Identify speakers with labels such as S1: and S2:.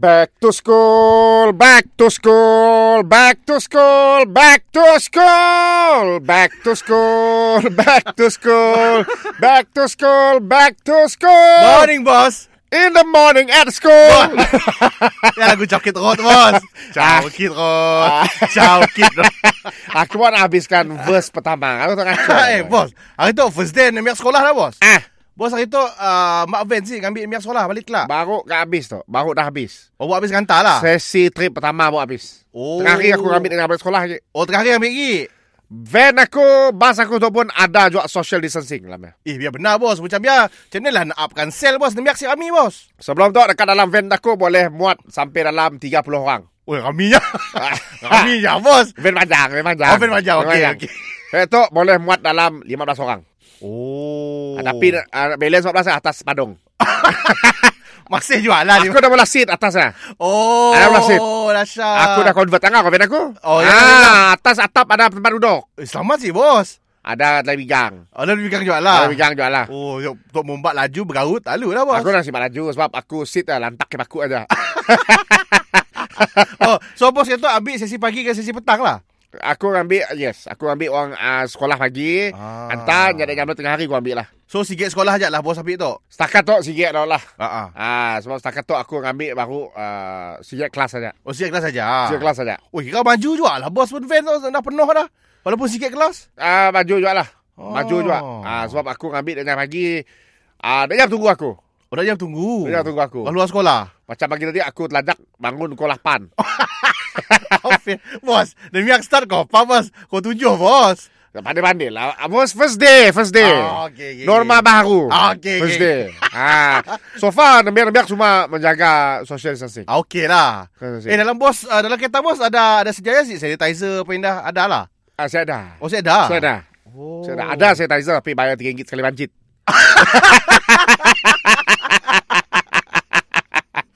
S1: Back to school, back to school, back to school, back to school, back to school, back to school, back to school, back to school.
S2: Morning, boss!
S1: In the morning at school.
S2: Yan, lagu Cakit Rot, boss! Cakit Rot! Cakit Rot!
S1: Aku pun habiskan verse pertama. Aku tengah.
S2: eh, boss! Hari tu, first day ni miak sekolah dah, boss!
S1: Ah,
S2: Boss, hari tu, uh, Mak Van si ambil miak sekolah balik lah.
S1: baru dah habis tu. Baru dah habis.
S2: Oh, buat habis kantar lah.
S1: Sesi trip pertama baru habis.
S2: Oh.
S1: Tengah hari aku ambil dengan balik sekolah je.
S2: Oh, tengah hari ambil lagi.
S1: Van aku, bas aku tu pun ada juga social distancing lah. meh.
S2: Eh, biar benar, boss. Macam biar. Macam ni lah nak upkan sel, boss. Ni miak si kami, boss.
S1: Sebelum tu dekat dalam van aku boleh muat sampai dalam 30 orang. Ah,
S2: Oi, kami ya. kami ya, boss.
S1: Van panjang, van panjang.
S2: Oh, van panjang. Okey, okey.
S1: Van tu boleh muat dalam 15 orang.
S2: Oh.
S1: Oh. Tapi uh, balance 14 lah atas padung.
S2: Maksud jual lah.
S1: Aku dah mula seat atas lah.
S2: Oh.
S1: Ada belah seat.
S2: Rasyad.
S1: Aku dah convert tangga kau van aku.
S2: Ah. Oh, ya, ya, ya.
S1: ah, atas atap ada tempat duduk.
S2: Eh, selamat sih, boss.
S1: Ada dalam bigang.
S2: Ada lebih kang jual
S1: Dalam
S2: lah.
S1: bigang juga lah.
S2: Oh, yuk, untuk membuat laju bergarut, tak lah bos.
S1: Aku nak simpan laju sebab aku seat lah lantak ke paku aja.
S2: Ah. oh, so bos itu ambil sesi pagi ke sesi petang lah.
S1: aku ambil yes, aku ambil orang uh, sekolah pagi.
S2: Ah.
S1: Ah. Hantar jadi jam tengah hari aku ambil lah.
S2: So sikit sekolah aja lah bos ambil tu.
S1: Setakat tu sikit dah lah.
S2: Ha ah.
S1: Ah, sebab setakat tu aku ambil baru uh, sikit kelas saja.
S2: Oh, sikit kelas saja. Ah.
S1: Sikit kelas saja.
S2: Oh, kira maju juga lah bos pun van tu dah penuh dah. Walaupun sikit kelas.
S1: Ah, maju juga lah. Maju juga.
S2: Oh.
S1: Ah, sebab aku ngambil dengan pagi. Ah, dia jam tunggu aku.
S2: Oh, dah jam tunggu.
S1: Dia jam tunggu aku.
S2: Keluar sekolah.
S1: Macam pagi tadi aku telajak bangun pukul 8.
S2: Oh, fair. bos, demi yang start kau apa bos? Kau tujuh bos.
S1: Pandai-pandai lah. Bos, first day, first day.
S2: Ah, okey, okey,
S1: Norma
S2: okey.
S1: baru.
S2: Ah, okey,
S1: Eh, First
S2: okey.
S1: day. ah, so far, nembiak-nembiak semua menjaga social distancing.
S2: Ah, okey lah.
S1: Kan, Sik?
S2: Eh, dalam bos, ah, dalam kereta bos ada ada sejaya sih sanitizer pindah ada lah.
S1: Ah, saya ada.
S2: Oh, saya dah.
S1: Saya ada.
S2: Oh.
S1: Saya ada. Ada sanitizer tapi bayar RM3 sekali banjit.